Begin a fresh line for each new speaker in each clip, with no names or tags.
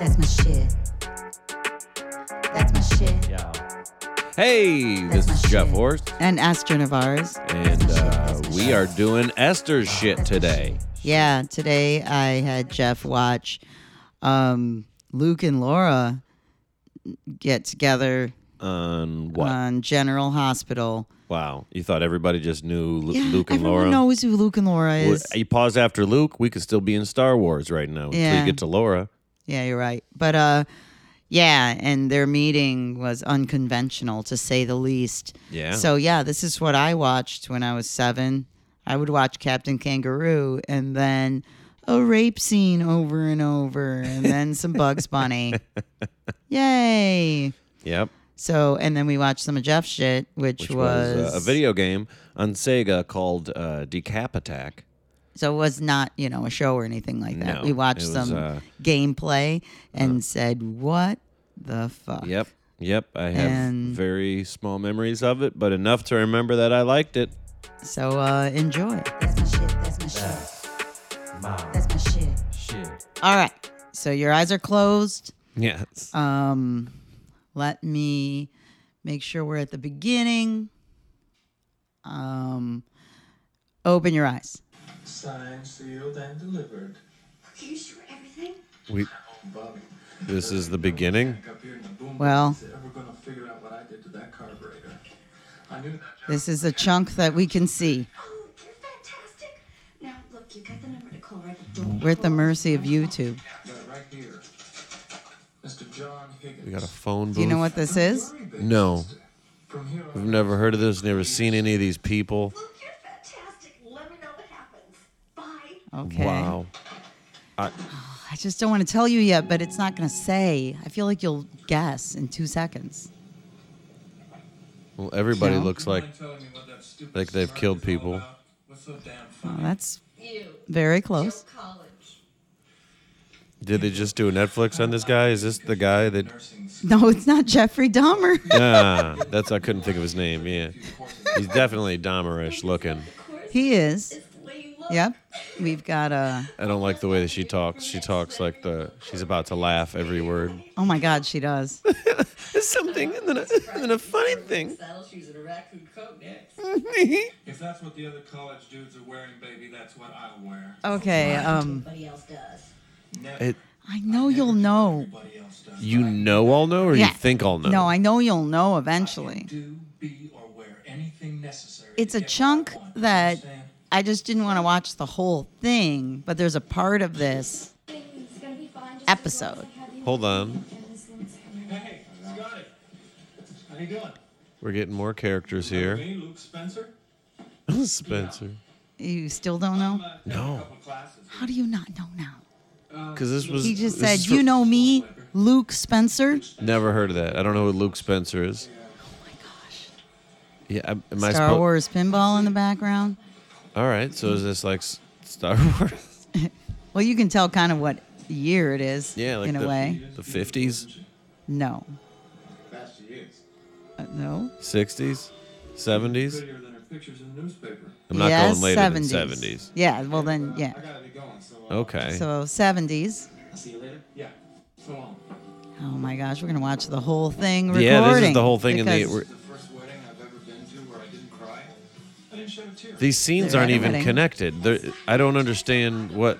That's my shit. That's my shit.
Yeah. Hey,
That's
this
my
is Jeff
shit.
Horst,
And Astra Navarez.
and
That's my shit.
uh,
That's my
we
shit.
are doing Esther's shit
That's my
today.
shit.
Yeah, today I had Jeff watch um, Luke and Laura get together
On what?
on General Hospital.
wow, you thought everybody just knew Lu-
Yeah,
Luke and
everyone
Laura?
knows who Luke and Laura
Well,
is.
You pause after Luke, we could still be in Star Wars right now until you
Yeah.
get to Laura.
Yeah, you're right. But uh, yeah, and their meeting was unconventional to say the least.
Yeah.
So yeah, this is what I watched when I was seven. I would watch Captain Kangaroo and then a rape scene over and over, and then some Bugs Bunny. Yay!
Yep.
So and then we watched some of Jeff's shit, which,
Which was, uh, a
was-
video game on Sega called uh, Decap Attack.
So it was not, you know, a show or anything like that.
No,
we watched
it was,
some
uh,
gameplay and said, "What the fuck?"
Yep. Yep. I have
And-
very small memories of it, but enough to remember that I liked it.
So uh, enjoy.
That's my shit. That's my shit. That's my shit.
All right. So your eyes are closed.
Yes.
Um, let me make sure we're at the beginning. Um, open your eyes.
Signed, sealed, and delivered.
Are you sure everything?
we,
Bobby.
this is the beginning.
Up here in the boom
Well.
box, they're ever gonna figure out what I did to that carburetor. I knew that job.
This is a chunk that we can see.
Oh, you're fantastic. Now, look, you got the number to call right at the door.
We're at the mercy of YouTube.
Got it right here. Mr. John Higgins.
We got a phone booth.
Do you know what this is?
Sorry, baby
No.
sister. From here
I've
on,
never heard of this, never seen any of these people.
Luke, you're fantastic. Let me know what happens. Bye.
Okay.
Wow.
I just don't want to tell you yet, but it's not going to say. I feel like you'll guess in two seconds.
Well, everybody
No.
looks like
mind telling me what that stupid
like they've
smirk
killed
is all
people.
about? What's so damn
Well,
funny?
that's
You.
very close.
College.
did they just do a Netflix on this guy? Is this the guy that
Nursing school.
No, it's not Jeffrey Dahmer.
Ah, that's I couldn't think of his name. Yeah. He's definitely Dahmerish looking.
Of course,
he is.
it's the way you look.
Yep. We've got a.
I don't like the way that she talks. She talks like the she's about to laugh every word.
Oh my God, she does.
It's something and then a, and then a funny thing.
Saddle shoes and a raccoon coat next.
If that's what the other college dudes are wearing, baby, that's what I wear.
Oh, Okay. Um,
Nobody else does.
Never.
It,
I know you'll know.
Everybody else does.
you know I'll know or
Yeah.
you think I'll know?
No, I know you'll know eventually.
Do, be, or wear anything necessary.
It's
to
a
get what I
chunk
want, you
that
understand?
I just didn't want to watch the whole thing, but there's a part of this.
It's gonna be fine. Just
Episode.
Hold on.
Hey, Scotty. How you doing?
We're getting more characters here.
Me, Luke Spencer.
Spencer.
You still don't know?
I've taken a
No.
couple of classes.
How do you not know now?
Cuz this was
He just
this
said,
is fr-
You know me, Luke Spencer?
Never heard of that. I don't know who Luke Spencer is.
Oh my gosh.
Yeah, I- am I
Star
suppo-
Wars pinball in the background.
All right, so is this like S- Star Wars?
Well, you can tell kind of what year it is
Yeah, like
in
the,
a way.
the 50s,
No.
Fast she is.
Uh, no.
60s, 70s.
Prettier than her pictures in the newspaper.
I'm not
yes,
going later
70s.
than 70s.
Yeah, well then, yeah.
I gotta be going, so. Uh,
Okay.
So 70s.
I'll see you later. Yeah. So long.
Oh my gosh, we're gonna watch the whole thing. Recording
Yeah, this is the whole thing in the-
because
we're-
This is the first wedding I've ever been to where I didn't cry. I didn't shed a tear.
These scenes
They're
aren't even
editing.
connected. They're, I don't understand what.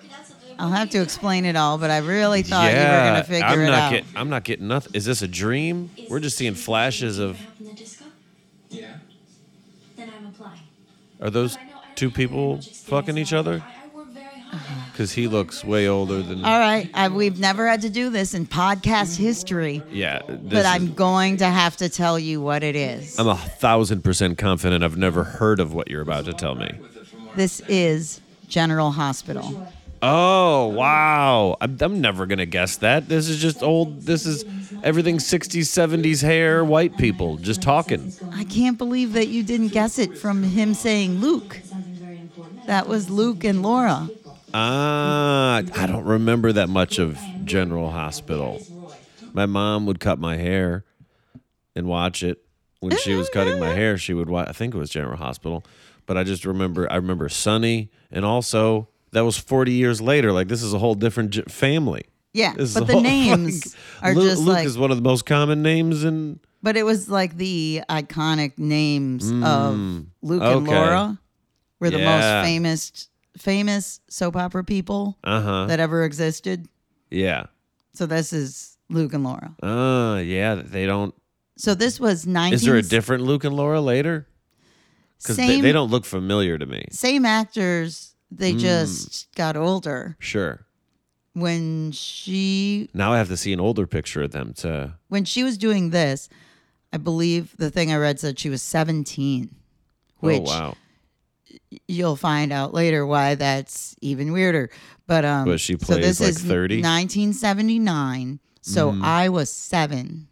I'll have to explain it all, but I really thought you were
yeah,
gonna figure
I'm
it
not
out.
getting. I'm not getting nothing. Is this a dream? We're just seeing flashes of.
Happen the disco?
Yeah.
Then I'm applying.
Are those
But I know I don't
two
have very
people
much experience,
fucking each
so I-
other?
I- I work very hard and I-
Uh-huh.
Because he looks way older than.
all right, I, we've never had to do this in podcast history,
Yeah, this
but
is- Um,
I'm going to have to tell you what it is.
I'm a thousand percent confident. I've never heard of what you're about to tell me.
With it from where
This is General Hospital.
Oh wow! I'm, I'm never gonna guess that. This is just old. This is everything 60s, 70s hair, white people just talking.
I can't believe that you didn't guess it from him saying Luke.
Something very important.
That was Luke and Laura.
Ah, I don't remember that much of General Hospital. My mom would cut my hair and watch it. When she was cutting my hair, she would watch. I think it was General Hospital, but I just remember. I remember Sonny, and also that was 40 years later. Like this is a whole different j- family.
Yeah,
This is
but
a
the
whole
names
fucking-
are
Luke,
just
Luke
like.
is one of the most common names in.
But it was like the iconic names of Luke and
Mm. okay.
Laura were the
Yeah.
most famous famous soap opera people
Uh huh.
that ever existed.
Yeah.
So this is Luke and Laura.
Uh yeah. They don't.
So this was 19
Is there a different Luke and Laura later? Because they,
same
they don't Mm. look familiar to me.
same actors, they just got older.
Sure.
When she
Now I have to see an older picture of them to. oh,
when she was doing this, I believe the thing I read said she was 17, which
oh wow.
you'll find out later why that's even weirder. But um,
But she
so this
plays, like, Mm-hmm.
is
30?
1979. So I was seven.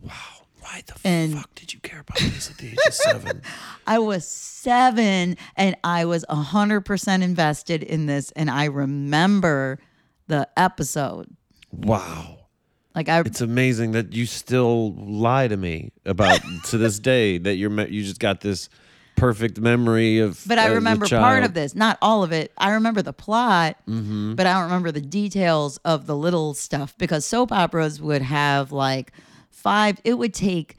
Why the
And-
fuck did you care about this at the age of seven?
I was seven, and I was hundred percent invested in this, and I remember the episode.
Wow.
Like I,
It's amazing that you still lie to me about to this day that you're me- you just got this perfect memory of.
but I
of the
remember part
child. Mm-hmm.
of this, not all of it. I remember the plot, but I don't remember the details of the little stuff because soap operas would have like five, it would take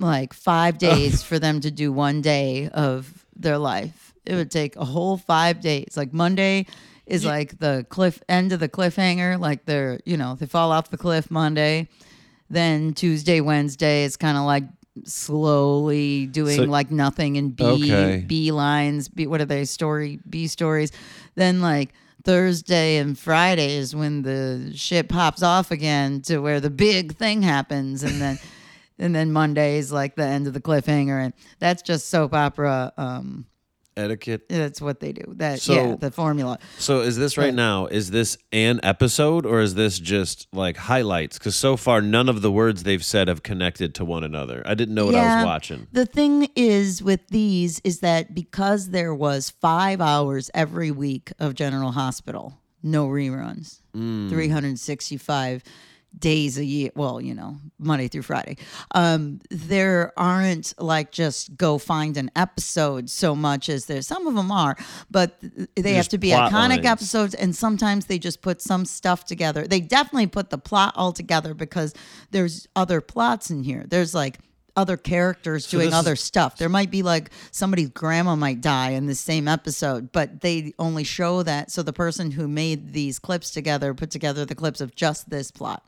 like five days for them to do one day of their life. It would take a whole five days. Like Monday is like the cliff end of the cliffhanger. Like they're, you know, they fall off the cliff Monday. Then Tuesday, Wednesday is kind of like slowly doing
So-
like nothing and B
Okay.
B lines. B, what are they? Story B stories. Then like Thursday and Friday is when the shit pops off again to where the big thing happens, and then and then Monday is like the end of the cliffhanger, and that's just soap opera. Um,
etiquette.
that's what they do. That yeah,
So-
the formula.
So is this right now? Is this an episode or is this just like highlights? Because so far none of the words they've said have connected to one another. I didn't know what I
Yeah.
was watching.
The thing is with these is that because there was five hours every week of General Hospital, no reruns,
Mm.
365 days a year. Well, you know, Monday through Friday. Um, there aren't like just go find an episode so much as there. Some of them are, but th- they have
Just
to be
plot
iconic
lines.
episodes episodes and sometimes they just put some stuff together. They definitely put the plot all together because there's other plots in here. There's like other characters doing
this
other
is-
stuff. There might be like somebody's grandma might die in the same episode, but they only show that so the person who made these clips together put together the clips of just this plot.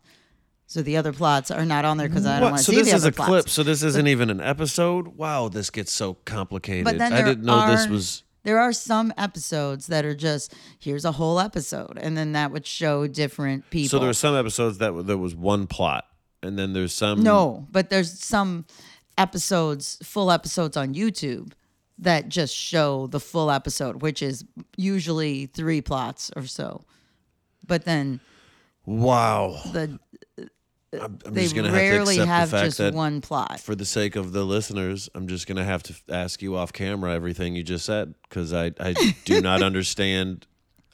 So the other plots are not on there because I don't
What?
want to
So
see
this
the
is
other
a
plots.
clip. So this isn't even an episode. Wow, this gets so complicated.
But then
I
there
didn't know this
are-
was.
There are some episodes that are just here's a whole episode, and then that would show different people.
So there were some episodes that were- there was one plot, and then there's some.
No, but there's some episodes, full episodes on YouTube that just show the full episode, which is usually three plots or so. But then
Wow.
the
I'm
they
just gonna
rarely
have to accept
have,
the fact
just
that
one plot.
for the sake of the listeners, I'm just gonna have to f- ask you off camera everything you just said because I, I do not understand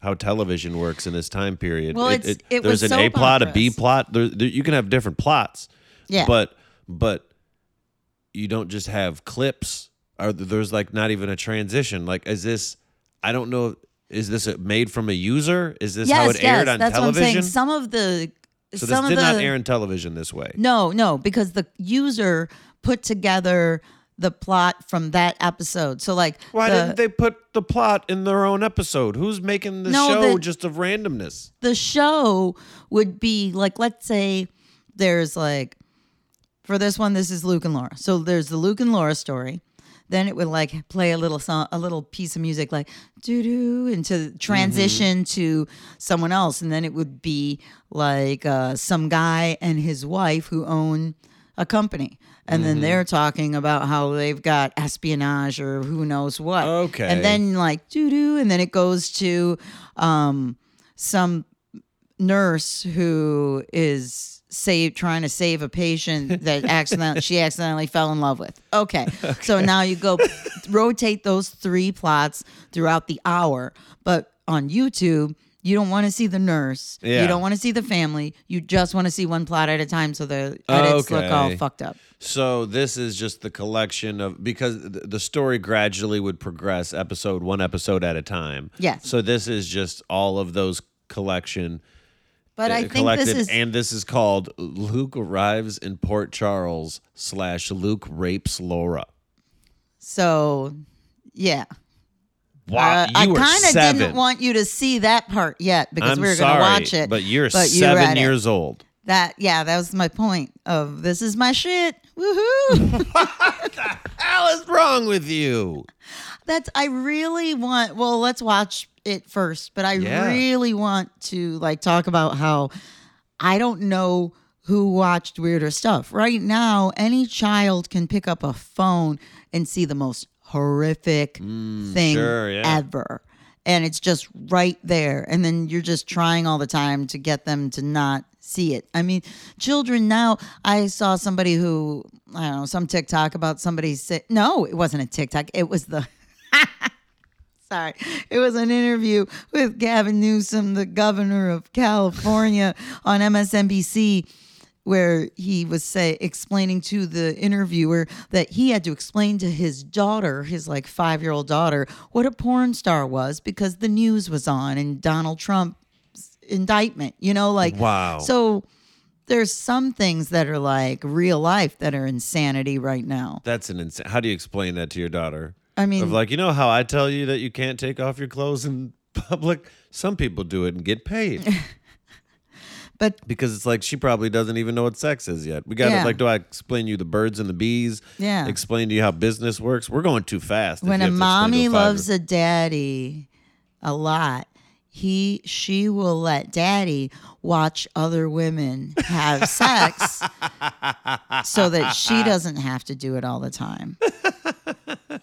how television works in this time period.
Well, it's- it
there's
was
an A
soap
plot, a B
operas.
plot. There, there, you can have different plots.
Yeah.
But but you don't just have clips. Or th- there's like not even a transition. Like is this? I don't know. Is this a, made from a user? Is this how it aired on
that's what I'm
television?
saying. Some of the
so this
some
did
of the,
not air on television this way.
No, no, because the user put together the plot from that episode. So like
Why
the,
didn't they put the plot in their own episode? Who's making the
No,
show
the-
just of randomness?
the show would be like let's say there's like for this one this is Luke and Laura. So there's the Luke and Laura story. Then it would like play a little song, a little piece of music like doo doo into transition to someone else and then it would be like uh, some guy and his wife who own a company. And then they're talking about how they've got espionage or who knows what.
Okay.
And then like doo doo and then it goes to um some nurse who is save trying to save a patient that accidentally she accidentally fell in love with. Okay. So now you go rotate those three plots throughout the hour, but on YouTube you don't want to see the nurse.
Yeah.
You don't want to see the family. You just want to see one plot at a time so the edits look all
Okay.
fucked up.
So this is just the collection of because th- the story gradually would progress episode one episode at a time.
Yes.
So this is just all of those collection
But I
uh,
think
collected,
this is
and this is called Luke arrives in Port Charles slash Luke rapes
Uh,
Laura.
so. Yeah.
Wow,
Uh, I
you were
kind of
7
didn't want you to see that part yet because
I'm
we were
sorry,
going to watch it.
but you're
you
seven
read it.
years old.
That yeah, that was my point of this is my shit. Woohoo!
Hell is wrong with you?
That's I really want. Well, let's watch it first, but I
Yeah.
really want to like talk about how I don't know who watched weirder stuff. Right now, any child can pick up a phone and see the most horrific thing
Mm, sure, yeah.
ever. And it's just right there. And then you're just trying all the time to get them to not see it. I mean, children now, I saw somebody who, I don't know, some TikTok about somebody say, no, it wasn't a TikTok. It was the, sorry. It was an interview with Gavin Newsom, the governor of California, on MSNBC, where he was say explaining to the interviewer that he had to explain to his daughter, his like five year old daughter, what a porn star was because the news was on and Donald Trump's indictment. You know, like
Wow.
So there's some things that are like real life that are insanity right now.
That's an insane. How do you explain that to your daughter?
I mean-
of like you know how I tell you that you can't take off your clothes in public. Some people do it and get paid
But
because it's like she probably doesn't even know what sex is yet. We got to
Yeah.
like, do I explain you the birds and the bees?
Yeah.
Explain to you how business works. We're going too fast. if
when
you have
a
to explain to
mommy
five-year-old.
loves a daddy a lot he she will let daddy watch other women have sex so that she doesn't have to do it all the time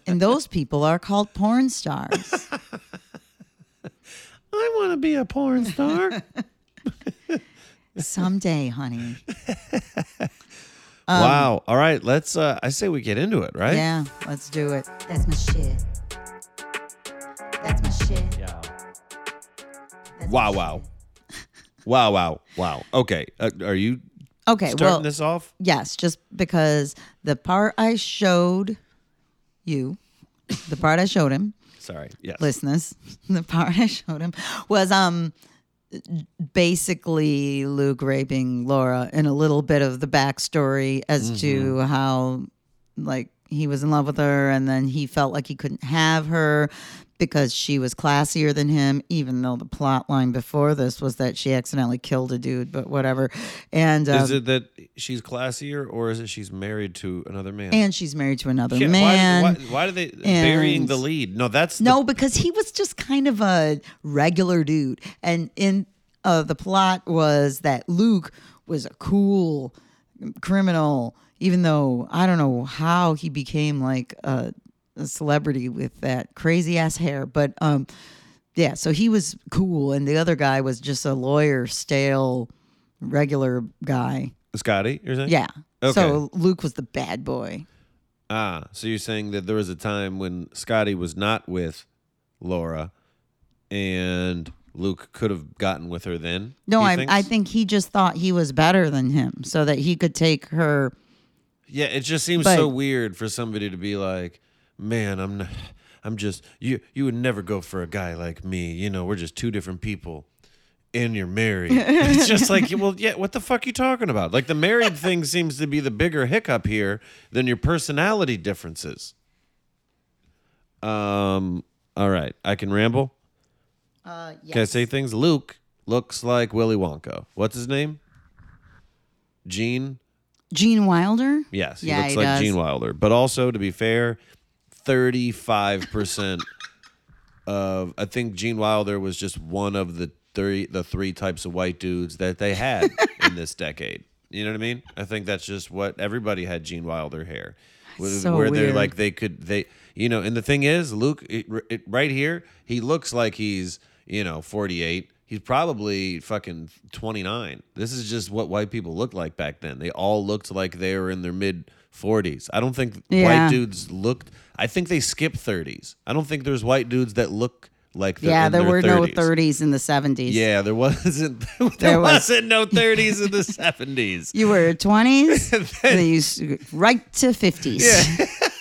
and those people are called porn stars
I want to be a porn star.
someday honey
wow. All right. Let's. Uh, I say we get into it. Right.
Um, yeah let's do it
That's my shit. That's my shit. That's my
Wow.
shit.
Wow. wow. Wow. Wow. Okay. Uh, are you
okay
starting
well
this off?
Yes, just because the part I showed you, the part I showed him,
Sorry. Yes.
listeners, the part I showed him was um basically Luke raping Laura and a little bit of the backstory as to
Mm-hmm.
how like he was in love with her and then he felt like he couldn't have her because she was classier than him even though the plot line before this was that she accidentally killed a dude but whatever and um,
Is it that she's classier, or is it she's married to another man?
and she's married to another
Yeah,
man.
Why, why, why do they burying
and-
the lead? No, that's the-
No, because he was just kind of a regular dude, and in uh, the plot was that Luke was a cool criminal, even though I don't know how he became like a, a celebrity with that crazy ass hair, but um, yeah, so he was cool, and the other guy was just a lawyer, stale, regular guy.
Scotty. You're saying
Yeah. So
Okay.
Luke was the bad boy.
Ah, so you're saying that there was a time when Scotty was not with Laura, and Luke could have gotten with her then.
No,
he
I,
thinks?
I think he just thought he was better than him so that he could take her.
Yeah, it just seems
But-
so weird for somebody to be like, "Man, I'm not, I'm just you. You would never go for a guy like me. You know, we're just two different people." And you're married. it's just like, well, yeah. What the fuck you talking about? Like the married thing seems to be the bigger hiccup here than your personality differences. Um. All right, I can ramble.
Uh, yes.
Can I say things? Luke looks like Willy Wonka. What's his name? Gene
Gene Wilder?
Yes, he
Yeah,
looks
he
like
does.
Gene Wilder. But also, to be fair, thirty-five percent of I think Gene Wilder was just one of the three the three types of white dudes that they had in this decade. You know what I mean? I think that's just what everybody had Gene Wilder hair, Wh-
so
where they're
weird.
like they could they you know. And the thing is, Luke, it, it, right here, he looks like he's you know forty-eight. He's probably fucking 29. This is just what white people looked like back then. They all looked like they were in their mid 40s. I don't think
Yeah.
white dudes looked. I think they skip 30s. I don't think there's white dudes that look like they're
yeah,
in
there
their
were
30s.
no 30s in the 70s.
Yeah, there wasn't. There,
There was-
wasn't no 30s in the 70s.
You were 20s, then you s- right to 50s.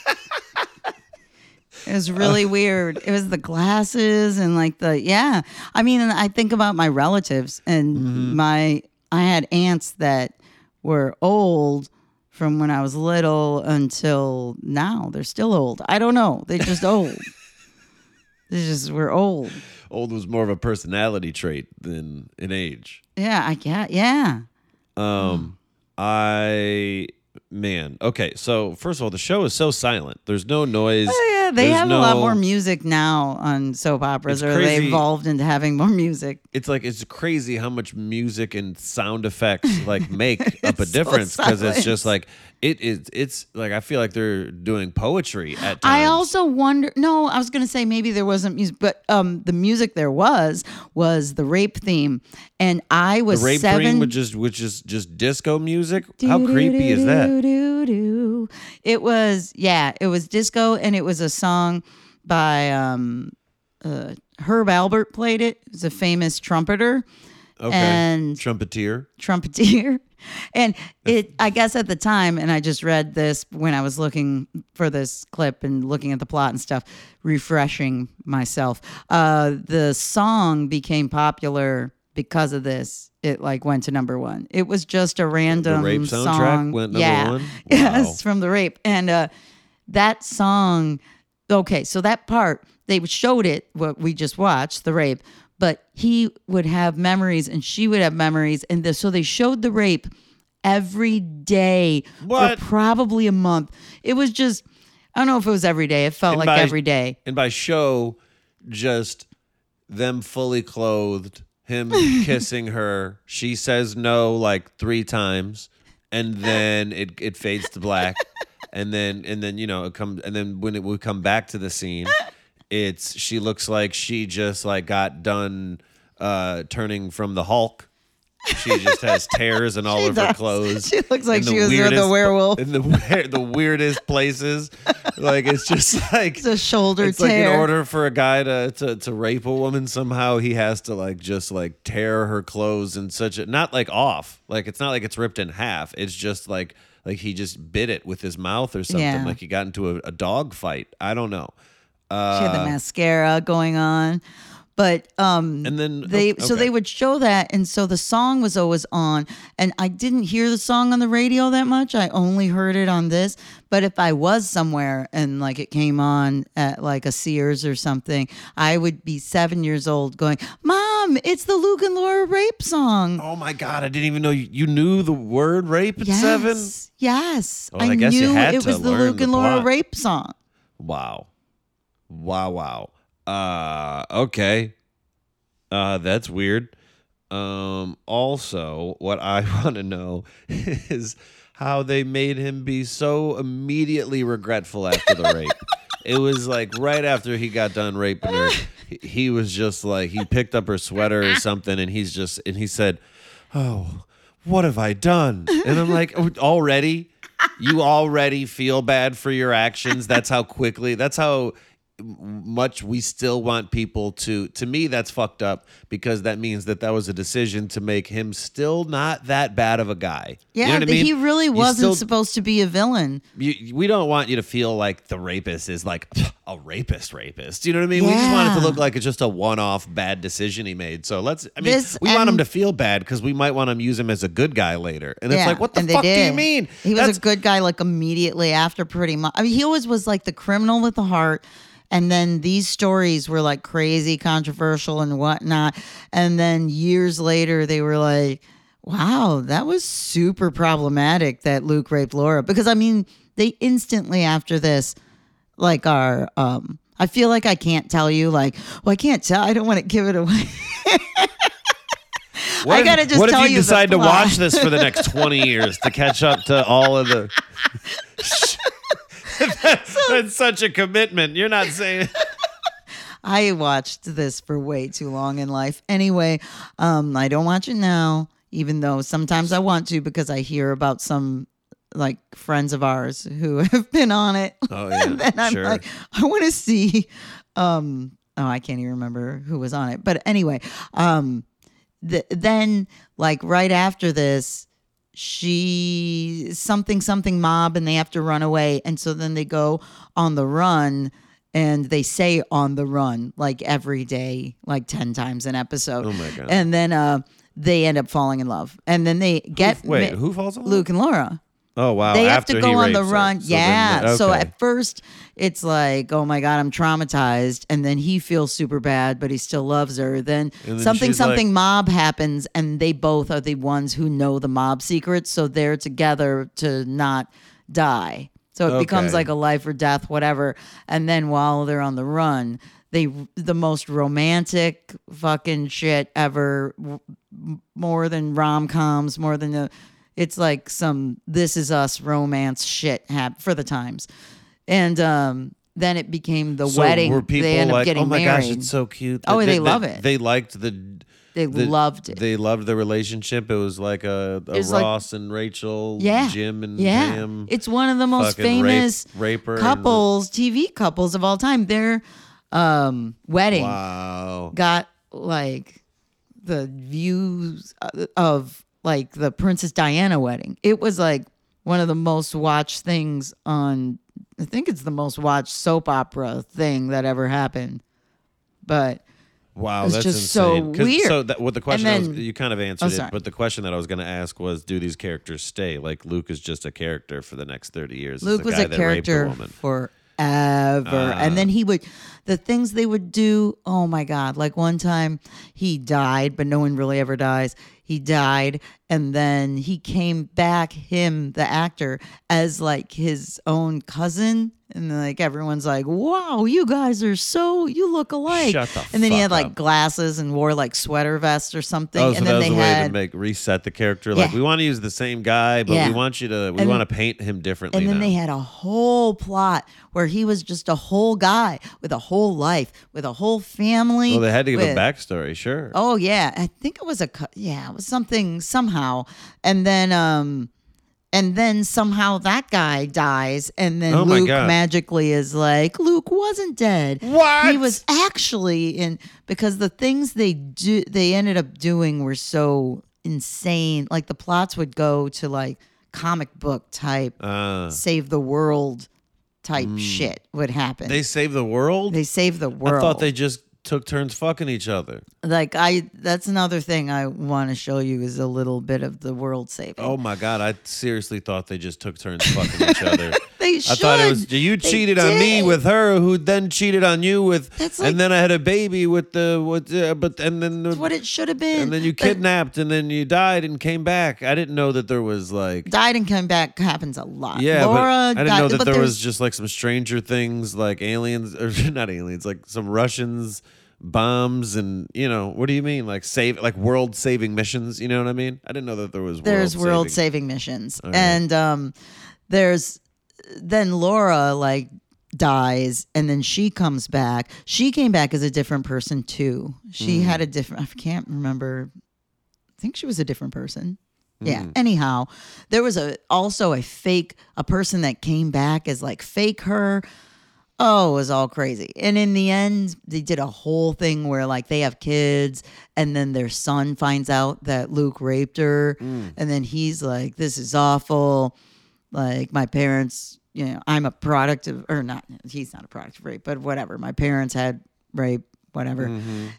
It was really weird. It was the glasses and like the yeah. I mean, and I think about my relatives and my I had aunts that were old from when I was little until now. They're still old. I don't know. They're just old. they just we're old.
Old was more of a personality trait than an age.
Yeah, I get. Yeah.
Um, I man, okay. So first of all, the show is so silent. There's no noise.
Oh yeah, they
There's
have a lot
no-
more music now on soap operas,
It's
or
crazy.
they evolved into having more music.
It's like it's crazy how much music and sound effects like make up a
so
difference because it's
silent.
just like it is. It's like I feel like they're doing poetry at times.
I also wonder. No, I was going to say maybe there wasn't music, but um, the music there was was the rape theme, and I
the
was
rape
seven.
dream, which is which is just disco music. How creepy is that?
Doo-doo-doo-doo-doo. It was yeah, it was disco, and it was a song by um, uh, Herb Albert played it. It was a famous trumpeter.
Okay,
And
trumpeteer.
trumpeter. And it, I guess at the time, and I just read this when I was looking for this clip and looking at the plot and stuff, refreshing myself. Uh, the song became popular because of this. It like went to number one. It was just a random
rape soundtrack
song.
went number
yeah.
one? Wow.
Yes, from the rape. And uh, that song, okay, so that part, they showed it, what we just watched, the rape, but he would have memories and she would have memories. And the, so they showed the rape every day
What?
for probably a month. It was just, I don't know if it was every day. It felt
And
like
by-
every day.
and by show just them fully clothed him kissing her she says no like three times and then it, it fades to black and then and then you know it comes and then when it would come back to the scene it's she looks like she just like got done uh turning from the hulk she just has tears in all
She
of her
does.
clothes.
She looks like
in
she was with a
weirdest-
werewolf.
In the weir- the weirdest places, like it's just like
It's a shoulder
it's
tear.
like in order for a guy to, to to rape a woman somehow he has to like just like tear her clothes and such a not like off like it's not like it's ripped in half it's just like like he just bit it with his mouth or something
Yeah.
like he got into a, a dog fight I don't know uh,
She had the mascara going on. But um
And then-
they
oh,
so
okay.
they would show that and so the song was always on and I didn't hear the song on the radio that much. I only heard it on this. But if I was somewhere and like it came on at like a Sears or something, I would be 7 years old going, "Mom, it's the Luke and Laura rape song."
oh my god I didn't even know you, you knew the word rape at seven
Yes.
Well, I guess you
knew
had
it
to
was the
learn
Luke
the
and Laura
plot.
rape song.
wow wow wow uh okay uh that's weird um also what i want to know is how they made him be so immediately regretful after the rape it was like right after he got done raping her he- he was just like he picked up her sweater or something and he's just and he said oh what have i done and i'm like "Oh, already you already feel bad for your actions that's how quickly that's how much we still want people to to me that's fucked up because that means that that was a decision to make him still not that bad of a guy You
Yeah,
know what I
but he
mean?
really
You
wasn't
still-
supposed to be a villain.
you, we don't want you to feel like the rapist is like a rapist rapist you know what i mean we just want it to
Yeah.
look like it's just a one-off bad decision he made so let's i mean
This-
we want him
and-
to feel bad because we might want to use him as a good guy later and it's
Yeah,
like what the
and they
fuck do you
did.
mean
He was
That's-
a good guy like immediately after pretty much. I mean, he always was like the criminal with the heart. And then these stories were like crazy, controversial, and whatnot. And then years later, they were like, wow, that was super problematic that Luke raped Laura. Because I mean, they instantly after this, like, are, um, I feel like I can't tell you, like, well, I can't tell. I don't want to give it away.
What
I
if,
gotta just
what
tell
if you,
you the
decide to
plot.
watch this for the next 20 years to catch up to all of the that's such a commitment you're not saying
I watched this for way too long in life. Anyway, um, I don't watch it now, even though sometimes I want to because I hear about some like friends of ours who have been on it.
oh yeah
and I'm
sure
like, I want to see. Um, oh, I can't even remember who was on it. But anyway, um, th- then like right after this, she something something mob and they have to run away, and so then they go on the run. and they say on the run like every day, like 10 times an episode.
Oh, my God.
And then uh, they end up falling in love. And then they get
Wait,
ma-
who falls in love?
Luke and Laura.
Oh wow!
They have
After
to
he
go on the
rapes her.
run.
So then-
yeah. So
okay.
at first, it's like, oh my God, I'm traumatized. And then he feels super bad, but he still loves her. Then,
And then
something,
she's like-
something mob happens, and they both are the ones who know the mob secrets. So they're together to not die. So it becomes
Okay.
like a life or death, whatever. And then while they're on the run, they the most romantic fucking shit ever more than rom coms, more than the. It's like some this is us romance shit hap- for the times, and um, then it became the
So
wedding.
Were people
they end
like,
up getting
"Oh my
married.
gosh, it's so cute"?
Oh, they love it.
They liked the.
They
the-
loved it.
They loved the relationship. It was like a, a
was like-
Ross and Rachel,
yeah,
Jim and
yeah.
Pam.
It's one of the most
fucking rape-
famous
raper and-
couples, TV couples of all time. Their um, wedding
wow.
got like the views uh, of like the Princess Diana wedding. It was like one of the most watched things on I think it's the most watched soap opera thing that ever happened. But
Wow,
It's
that's
just so
insane. 'Cause-
weird.
So that, what the question I was,
then-
you kind of
Oh,
answered
sorry.
it, but the question that I was going to ask was, do these characters stay? Like Luke is just a character for the next thirty years. It's
Luke
the
was
guy
a
that raped a
character
woman. Uh-huh.
forever. and then he would, the things they would do, oh my God. Like one time he died, but no one really ever dies. He died, and then he came back, him, the actor, as like his own cousin. And like everyone's like, wow, you guys are so, you look alike.
Shut the
and then he
fuck
had like
up.
glasses and wore like sweater vest or something.
Oh, so
and
that
then
was
they
a way
had.
to make reset the character. Like
Yeah.
we want to use the same guy, but
Yeah.
we want you to we
And-
want to paint him differently.
And then
now.
they had a whole plot where he was just a whole guy with a whole life, with a whole family.
Well, they had to give
with-
a backstory, sure.
Oh yeah, I think it was a cu- yeah, it was something somehow, and then um, and then somehow that guy dies, and then
Oh, my
Luke
God.
magically is like Luke wasn't dead.
What?
he was actually in because the things they do they ended up doing were so insane. Like the plots would go to like comic book type
Uh,
save the world type shit would happen.
Mm. they saved the world?
They save the world.
I thought they just took turns fucking each other.
like I. That's another thing I want to show you is a little bit of the world saving.
Oh my god, I seriously thought they just took turns fucking each other.
they
I
should.
thought it was you
They
cheated on me
did.
with her, who then cheated on you with,
That's like-
and then I had a baby with the with, uh, but and then the-
what it should have been.
and then you
Like,
kidnapped and then you died and came back. I didn't know that there was like
died and came back happens a lot.
Yeah, but
Laura
I didn't
died,
know that
but
there was
there's-
just like some Stranger Things, like aliens or not aliens, like some Russians bombs and you know what do you mean like save like world saving missions you know what i mean i didn't know that there was
there's world
saving.
saving missions
right.
and um there's then laura like dies and then she comes back she came back as a different person too she had a different i can't remember i think she was a different person yeah anyhow there was a also a fake a person that came back as like fake her Oh, it was all crazy. And in the end, they did a whole thing where like they have kids and then their son finds out that Luke raped her
Mm.
and then he's like this is awful. Like my parents, you know, I'm a product of or not he's not a product of rape, but whatever. My parents had rape whatever.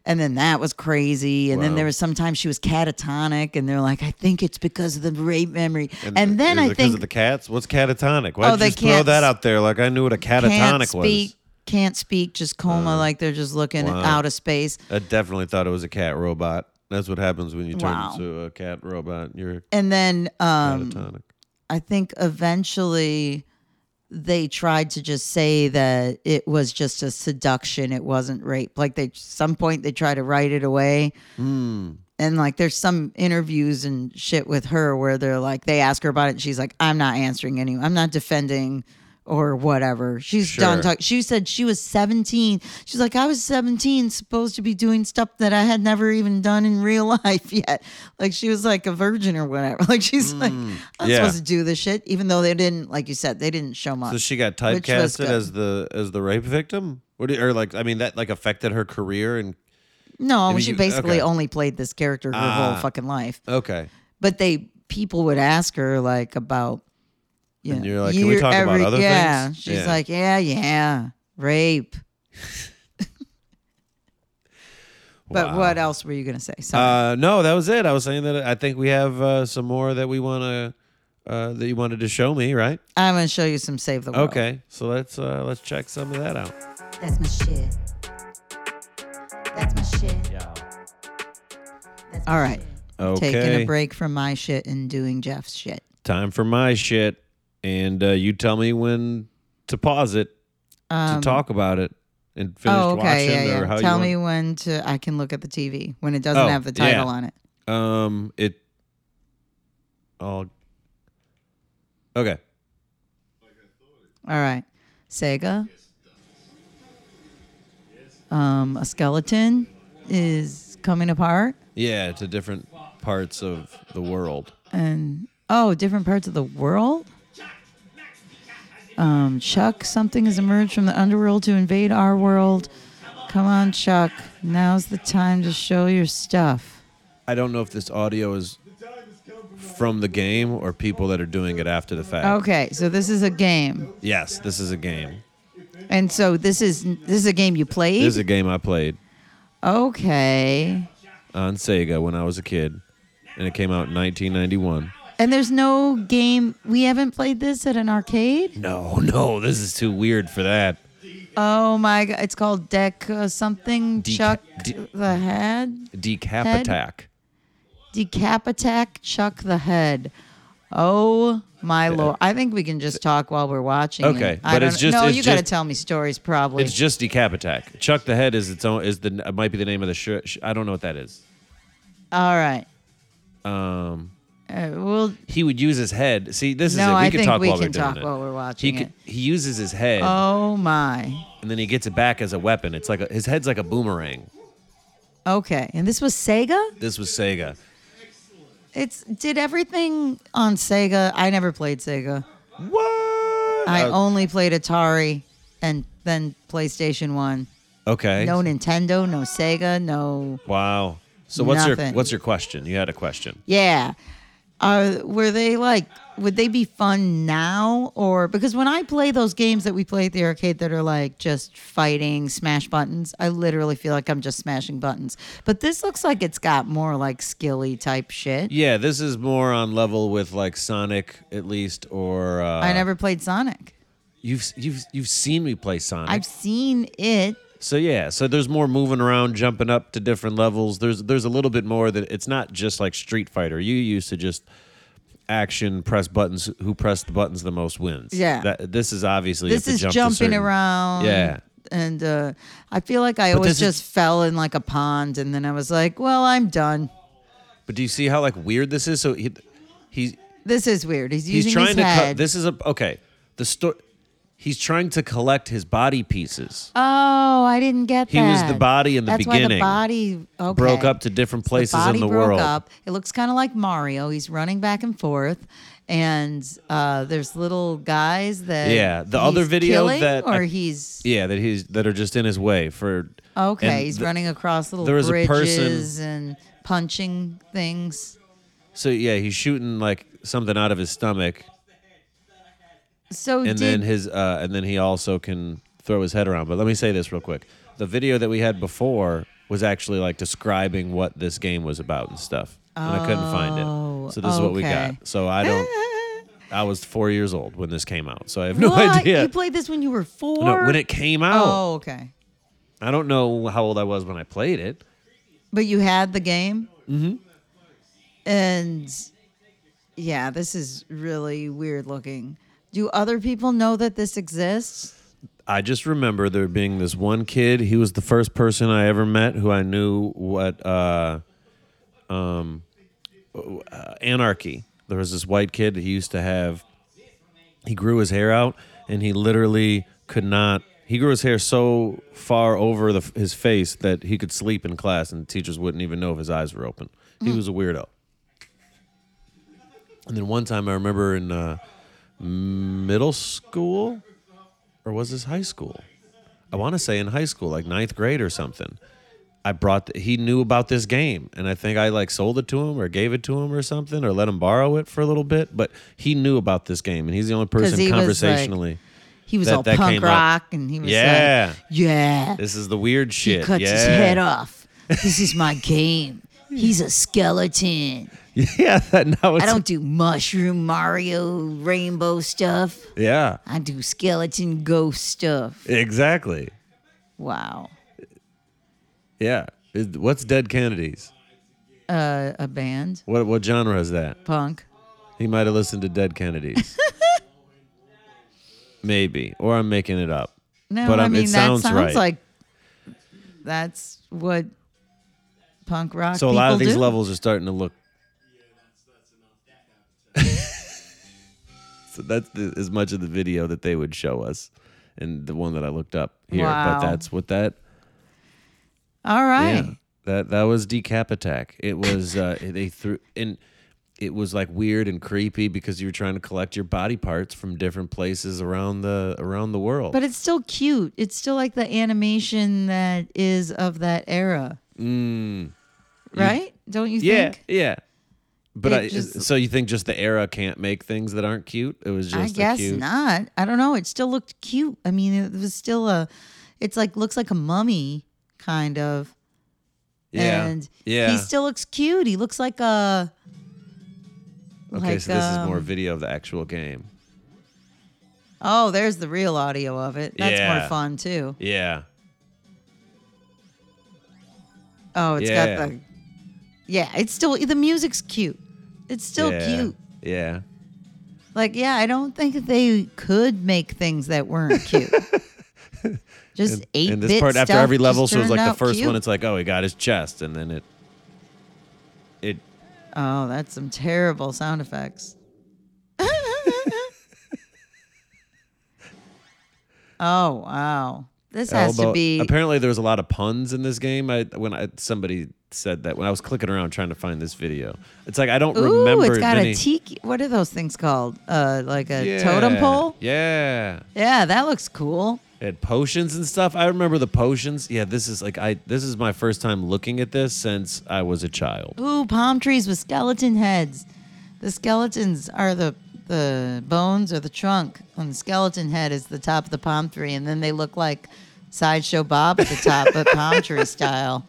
And then that was crazy. And then
Mm-hmm. Wow.
there was sometimes she was catatonic and they're like I think it's because of the rape memory. And, then
is it
I
because
think
of the cats what's catatonic why
Oh,
did
they
you just throw
can't
that
s-
out there like i knew what a catatonic
can't speak,
was
can't speak, just coma, like they're just looking
wow.
out of space.
i definitely thought it was a cat robot that's what happens when you turn
Wow.
into a cat robot you're
And then um,
catatonic
I think eventually they tried to just say that it was just a seduction, it wasn't rape. Like they some point they try to write it away.
Hmm.
And like there's some interviews and shit with her where they're like they ask her about it and she's like I'm not answering any I'm not defending or whatever. She's done
Sure.
talking. She said she was 17. She's like I was 17 supposed to be doing stuff that I had never even done in real life yet. Like she was like a virgin or whatever. Like she's like I'm not
Hmm. Yeah.
supposed to do this shit even though they didn't like you said they didn't show much.
So she got
Which
typecasted
was good.
as the as the rape victim, what do, or like I mean that like affected her career and
no,
mean,
she
you- okay.
basically only played this character her
Ah.
whole fucking life.
okay.
but they people would ask her like about you
And
know,
you're like, "Can we talk about other
yeah
things?"
she's
Yeah.
like yeah yeah Rape. But
Wow.
what else were you gonna say? Sorry.
Uh, no, that was it. I was saying that I think we have uh, some more that we want to uh, that you wanted to show me, right?
I'm gonna show you some save the world.
Okay, so let's uh, let's check some of that out.
That's my shit. That's my shit.
Yeah.
That's my
All right.
shit.
Okay.
Taking a break from my shit and doing Jeff's shit.
Time for my shit, and uh, you tell me when to pause it to
Um,
talk about it and finish
oh, okay,
watching
yeah,
or how
yeah.
you
Tell
want-
me when to. I can look at the TV when it doesn't
Oh,
have the
yeah.
title on it.
Um, it. Oh. Okay.
All right. Sega. Um, a skeleton is coming apart,
Yeah, to different parts of the world.
and oh, different parts of the world. Um, Chuck, something has emerged from the underworld to invade our world. Come on, Chuck. Now's the time to show your stuff.
I don't know if this audio is from the game or people that are doing it after the fact.
Okay, so this is a game,
Yes, this is a game.
and so this is this is a game you played.
This is a game I played
okay,
on Sega when I was a kid, and it came out in 1991.
and there's no game. We haven't played this at an arcade.
No, no, this is too weird for that.
Oh my god, it's called Deck uh, something
Deca-
Chuck
de-
the Head.
Decap
Head?
attack.
Decap attack Chuck the Head. Oh my lord. I think we can just talk while we're watching. it.
Okay,
I
but it's
don't-
just-
No,
it's
you got to
just-
tell me stories probably.
It's just decap attack. Chuck the head is its own is the it might be the name of the sh- sh- I don't know what that is.
All right.
Um,
Uh, well,
he would use his head. See, this is
No,
it. We
I
can
think
talk
we
while we're
can
doing
talk
it.
while we're
he
watching
could-
it.
he uses his head
oh my.
and then he gets it back as a weapon. It's like a, his head's like a boomerang.
Okay. And this was Sega?
This was Sega.
It's did everything on Sega. I never played Sega.
What?
I
Uh,
only played Atari and then PlayStation 1.
okay.
No Nintendo, no Sega, no
Wow. So what's your
Nothing.
what's your question? You had a question.
Yeah. Are were they like would they be fun now or because when I play those games that we play at the arcade that are like just fighting smash buttons, I literally feel like I'm just smashing buttons. But this looks like it's got more like skilly type shit.
Yeah, this is more on level with like Sonic at least or uh,
I never played Sonic.
you've you've you've seen me play Sonic.
I've seen it.
So yeah, so there's more moving around, jumping up to different levels. There's there's a little bit more that it's not just like Street Fighter. You used to just action press buttons. Who pressed the buttons the most wins.
Yeah.
That, this is obviously you
This
have to jump
is
to
jumping
certain-
around.
Yeah.
And uh, I feel like I
But
always
this is-
just fell in like a pond and then I was like, well, I'm done.
But do you see how like weird this is? So he, he's
This is weird. He's
he's
using
trying
his
to
head.
cut. This is a okay. The story. He's trying to collect his body pieces.
Oh, I didn't get
He
that.
was the body in the
That's Why
beginning.
the body okay.
Broke up to different places
the body
in the
broke
world.
Up. It looks kind of like Mario. He's running back and forth, and uh, there's little guys that
Yeah, the
he's
other video
killing,
that I-
or he's
Yeah, that he's that are just in his way for. and
okay. He's
th-
running across little
there was a person-
bridges and punching things.
So yeah, he's shooting like something out of his stomach,
So
and
did,
then his uh, and then he also can throw his head around. But let me say this real quick: the video that we had before was actually like describing what this game was about and stuff, and I couldn't find
Oh,
it. So this is what we
okay.
got. So I don't. I was four years old when this came out, so I have no
What?
idea.
You played this when you were four?
no, when it came out,
oh, okay.
I don't know how old I was when I played it.
But you had the game? Mm-hmm. And yeah, this is really weird looking. Do other people know that this exists?
I just remember there being this one kid. He was the first person I ever met who I knew what uh, um, uh, anarchy. There was this white kid. He used to have. He grew his hair out, and he literally could not. He grew his hair so far over the, his face that he could sleep in class, and teachers wouldn't even know if his eyes were open.
Mm.
He was a weirdo. And then one time, I remember in uh, middle school, or was this high school? I want to say in high school, like ninth grade or something. I brought. The, he knew about this game, and I think I like sold it to him or gave it to him or something, or let him borrow it for a little bit. But he knew about this game, and he's the only person
he was, like-
conversationally.
he was
That-
all
that
punk
came up.
rock, and he was
Yeah.
like, "Yeah,
This is the weird
he
shit.
cuts
yeah.
his head off. This is my game. He's a skeleton.
Yeah, that, now it's
I don't do mushroom Mario rainbow stuff.
Yeah,
I do skeleton ghost stuff.
exactly.
Wow,
Yeah. Is- What's Dead Kennedys?
uh, a band,
What what genre is that?
punk.
He might have listened to Dead Kennedys. Maybe, or I'm making it up.
No,
But,
I
um, it
mean
sounds
that sounds
right.
like that's what punk rock.
So a lot of
people
these
do.
levels are starting to look. so that's the, as much of the video that they would show us, and the one that I looked up here.
Wow.
But that's what that.
All right.
Yeah, that that was decap attack. It was uh, they threw and it was like weird and creepy because you were trying to collect your body parts from different places around the around the world.
But it's still cute. It's still like the animation that is of that era. Right? Don't you
Mm. yeah,
think?
yeah. But
It
I,
just-
so you think just the era can't make things that aren't cute? It was just
I
a
guess
cute,
not. I don't know. It still looked cute. I mean, it was still a it's like looks like a mummy kind of.
Yeah,
And
yeah.
he still looks cute. He looks like a
okay,
like,
so this is more
um,
video of the actual game.
Oh, there's the real audio of it. That's
Yeah.
more fun too.
Yeah,
Oh, it's
Yeah.
got the Yeah, it's still the music's cute. It's still
yeah,
cute.
Yeah,
Like, yeah, I don't think they could make things that weren't cute. just eight.
and this part after every level, so it's like the first one. It's like, oh, he got his chest, and then it, it,
oh, that's some terrible sound effects. oh wow, this has
elbow-
to be.
Apparently, there was a lot of puns in this game. I when I somebody said that when I was clicking around trying to find this video, it's like I don't
Ooh,
remember.
it's got
many-
a tiki. What are those things called? Uh, like a
Yeah,
totem pole.
Yeah,
Yeah, that looks cool.
it had potions and stuff. I remember the potions. Yeah, this is like I this is my first time looking at this since I was a child.
Ooh, palm trees with skeleton heads. The skeletons are the the bones or the trunk, and the skeleton head is the top of the palm tree, and then they look like sideshow Bob at the top, but palm tree style.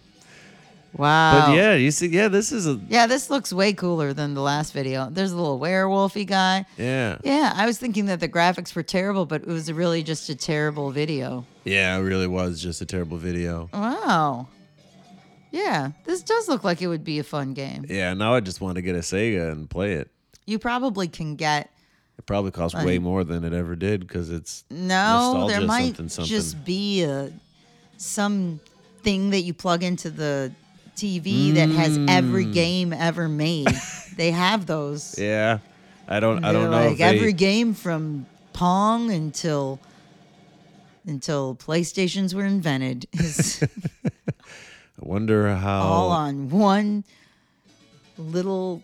Wow.
But yeah, you see, yeah, this is a
Yeah, this looks way cooler than the last video. There's a little werewolfy guy.
yeah,
Yeah, I was thinking that the graphics were terrible, but it was really just a terrible video.
yeah. It really was just a terrible video.
Wow. Yeah, this does look like it would be a fun game.
Yeah, now I just want to get a Sega and play it.
You probably can get
It probably cost way more than it ever did because it's
Mm. No, there
nostalgia
might
something, something.
just be a some thing that you plug into the TV that has every
Mm.
game ever made. they have those.
yeah. I don't. I
They're
don't know.
Like
if they-
every game from Pong until until PlayStations were invented is
I wonder how.
all on one little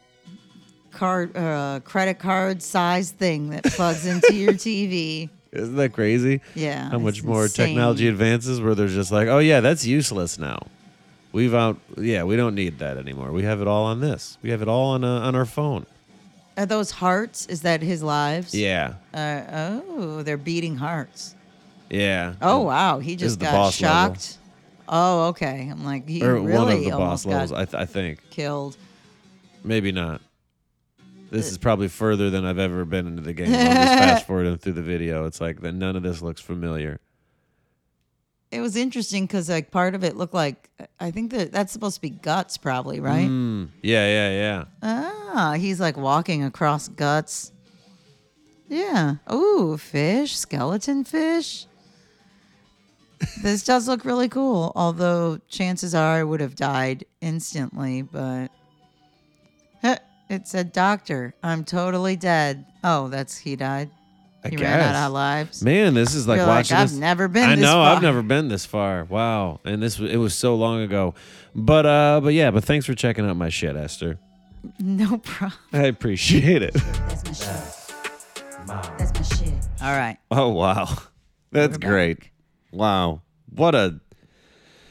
card uh, credit card size thing that plugs into your TV.
Isn't that crazy?
Yeah,
How much
it's
more technology
insane.
advances where there's just like, oh yeah, that's useless now. We've out. Yeah, we don't need that anymore. We have it all on this. We have it all on uh, on our phone.
Are those hearts? Is that his lives?
Yeah.
Uh, oh, they're beating hearts.
Yeah.
Oh wow, he
This is
just
the
got
boss level.
shocked. Oh okay, I'm like he
Or
really
one of the boss
almost
levels.
got
I, th- I think
killed.
maybe not.
Uh,
This is probably further than I've ever been into the game. I'm just fast forwarding through the video. It's like that. None of this looks familiar.
It was interesting because like part of it looked like I think that that's supposed to be guts, probably right?
Hmm. Yeah. Yeah. Yeah.
Ah, he's like walking across guts. Yeah. Ooh, fish, skeleton fish. this does look really cool, although chances are I would have died instantly, but Huh, it said doctor, I'm totally dead. Oh, that's he died.
I
He
guess.
ran out of lives.
Man, this is like
You're like,
watching.
"I've
this-
never been
I
this
know I've
far."
never been this far. Wow, and this was- it was so long ago. But uh, but yeah, but thanks for checking out my shit, Esther.
No problem.
I appreciate it.
That's my shit. That's my shit.
All right.
Oh wow, that's
We're back.
great. Wow, what a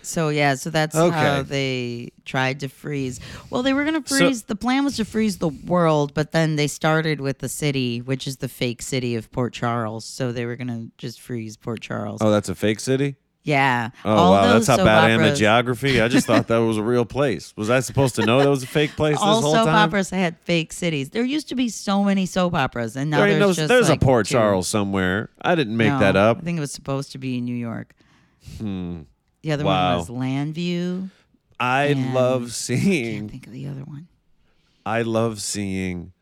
So yeah, so that's
Okay.
how they tried to freeze. Well, they were gonna
So-
freeze. the plan was to freeze the world, but then they started with the city, which is the fake city of Port Charles. So they were gonna just freeze Port Charles.
Oh, that's a fake city?
Yeah.
Oh, wow. That's
those
how
soap
bad I am at
operas-
geography. I just thought that was a real place. Was I supposed to know that was a fake place
All
this whole
soap
time?
operas had fake cities. There used to be so many soap operas, and now
There ain't no,
there's just
there's
like
a Port
two.
Charles somewhere. I didn't make
No,
that
I
up. Hmm.
think it was supposed to be in New York. The other
Wow.
one was Landview.
I
and-
love
Can't
seeing
think of the other one.
I love seeing.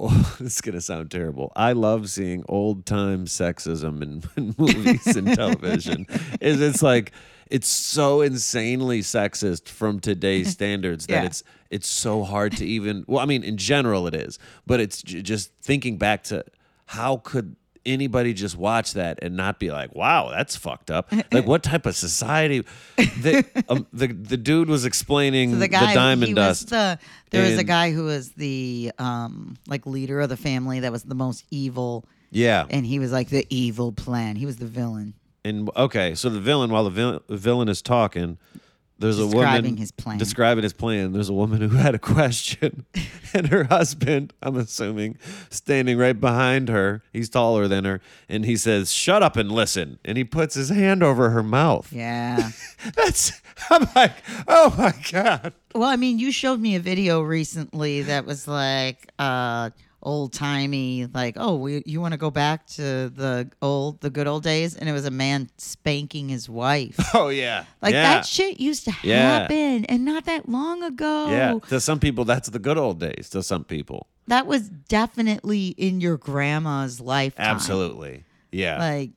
Oh, this is gonna sound terrible. I love seeing old time sexism in, in movies and television. Is it's like it's so insanely sexist from today's standards that
Yeah.
it's it's so hard to even. Well, I mean, in general it is, but it's j- just thinking back to how could anybody just watch that and not be like, "Wow, that's fucked up." Like, what type of society? The um, the, the dude was explaining
So the
the,
guy,
diamond
he
dust.
was the there was a
in-
guy who was the um like leader of the family that was the most evil,
yeah,
and he was like the evil plan. He was the villain,
And okay, so the villain, while the villain, villain is talking, there's a woman
Describing his plan.
Describing his plan. There's a woman who had a question, and her husband, I'm assuming, standing right behind her. He's taller than her, and he says, "Shut up and listen." And he puts his hand over her mouth.
yeah.
That's. I'm like, oh my god.
Well, I mean, you showed me a video recently that was like uh old timey, like, oh, we, you want to go back to the old, the good old days, and it was a man spanking his wife.
Oh yeah.
Like
yeah.
that shit used to
Yeah.
happen, and not that long ago.
yeah. To some people, that's the good old days. To some people,
that was definitely in your grandma's lifetime.
absolutely. Yeah.
Like,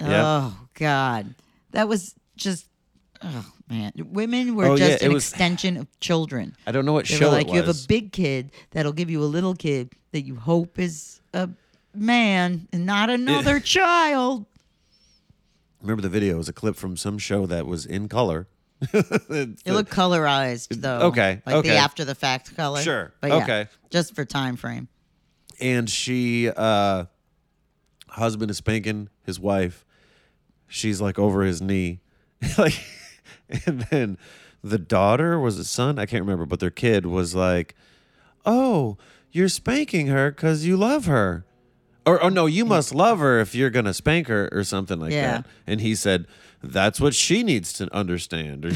Yeah.
oh god, that was just. Oh man, women were
Oh, yeah,
just
it
an
was-
extension of children.
I don't know what
They
show
were like,
it
you have
was.
a big kid that'll give you a little kid that you hope is a man and not another child.
remember the video it was a clip from some show that was in color.
It looked colorized though.
okay,
Like
okay.
the after the fact color.
Sure,
But yeah,
okay.
Just for time frame.
and she uh husband is spanking his wife. She's like over his knee. like and then the daughter was a son, I can't remember, but their kid was like, "Oh, you're spanking her cuz you love her." Or, or no, you must love her if you're gonna spank her or something like
Yeah.
that. And he said, "That's what she needs to understand." Or,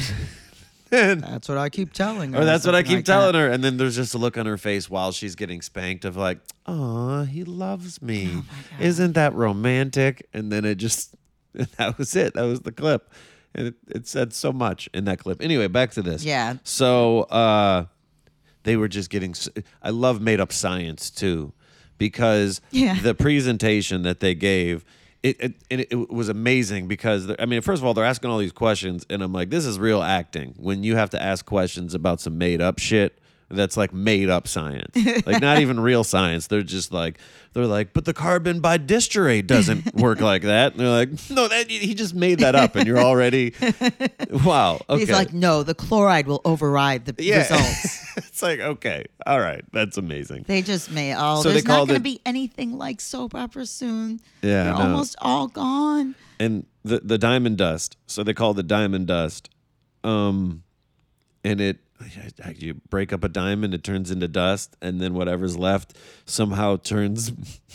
and
That's what I keep telling her.
Or Oh, that's what I
something
keep
like
telling
that.
her. And then there's just a look on her face while she's getting spanked of like, "Aw, he loves
Oh
me. Isn't that romantic?" And then it just that was it. That was the clip. And it, it said so much in that clip. Anyway, back to this.
Yeah.
So uh they were just getting s- I love made up science too because
Yeah.
the presentation that they gave it, it, and it, it was amazing because they're- I mean, first of all, they're asking all these questions, and I'm like, this is real acting when you have to ask questions about some made up shit that's like made up science, like not even real science. They're just like, they're like, but the carbon bidisterate doesn't work like that. And they're like, no, that he just made that up, and you're already, wow. Okay.
He's like, no, the chloride will override the
Yeah.
results.
it's like, okay, all right, that's amazing.
They just made all.
So they
there's not
called
going
it-
to be anything like soap opera soon.
Yeah,
they're
no.
almost all gone.
and the the diamond dust. So they call it the diamond dust. Um, and it you break up a diamond, it turns into dust, and then whatever's left somehow turns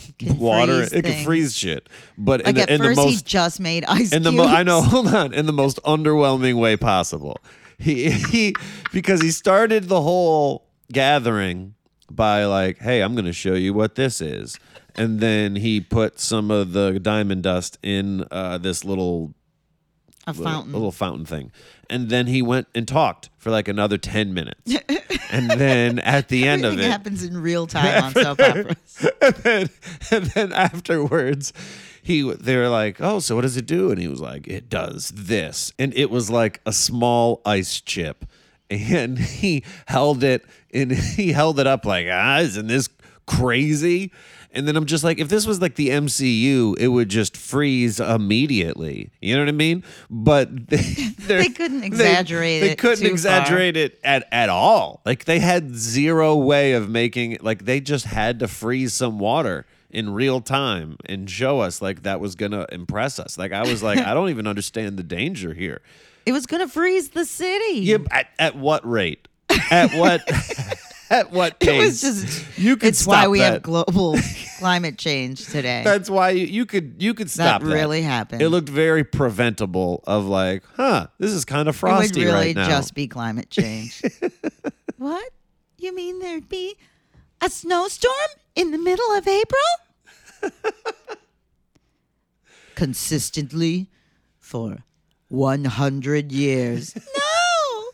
Can
water.
freeze
It can
things.
freeze shit. But in
Like
the,
at
in the
first, he
most
just made ice
in the
cubes.
mo- I know, hold on, in the most underwhelming way possible. He he because he started the whole gathering by like, "Hey, I'm going to show you what this is." And then he put some of the diamond dust in uh, this little
a
little-
fountain.
little fountain thing. And then he went and talked for like another 10 minutes. and then at the end of
Everything
it,
happens in real time on soap operas.
and then, and then afterwards, he they were like, "Oh, so what does it do?" And he was like, "It does this," and it was like a small ice chip, and he held it and he held it up like, "Ah, isn't this crazy?" And then I'm just like, if this was like the MCU, it would just freeze immediately. You know what I mean? But they,
They couldn't exaggerate
They,
it
couldn't
too far.
exaggerate it at at all. Like they had zero way of making like they just had to freeze some water in real time and show us like that was gonna impress us. Like I was like, I don't even understand the danger here.
It was gonna freeze the city.
Yeah, but at, at what rate? At what? at what
It
pace?
was just.
you could
It's why
stop
we have
that.
global climate change today.
That's why you, you could you could
that
stop that.
really happened.
It looked very preventable. Of like, huh, this is kind of
It would
frosty
really
right now.
just be climate change. what? You mean there'd be a snowstorm in the middle of April? Consistently for 100 years. no!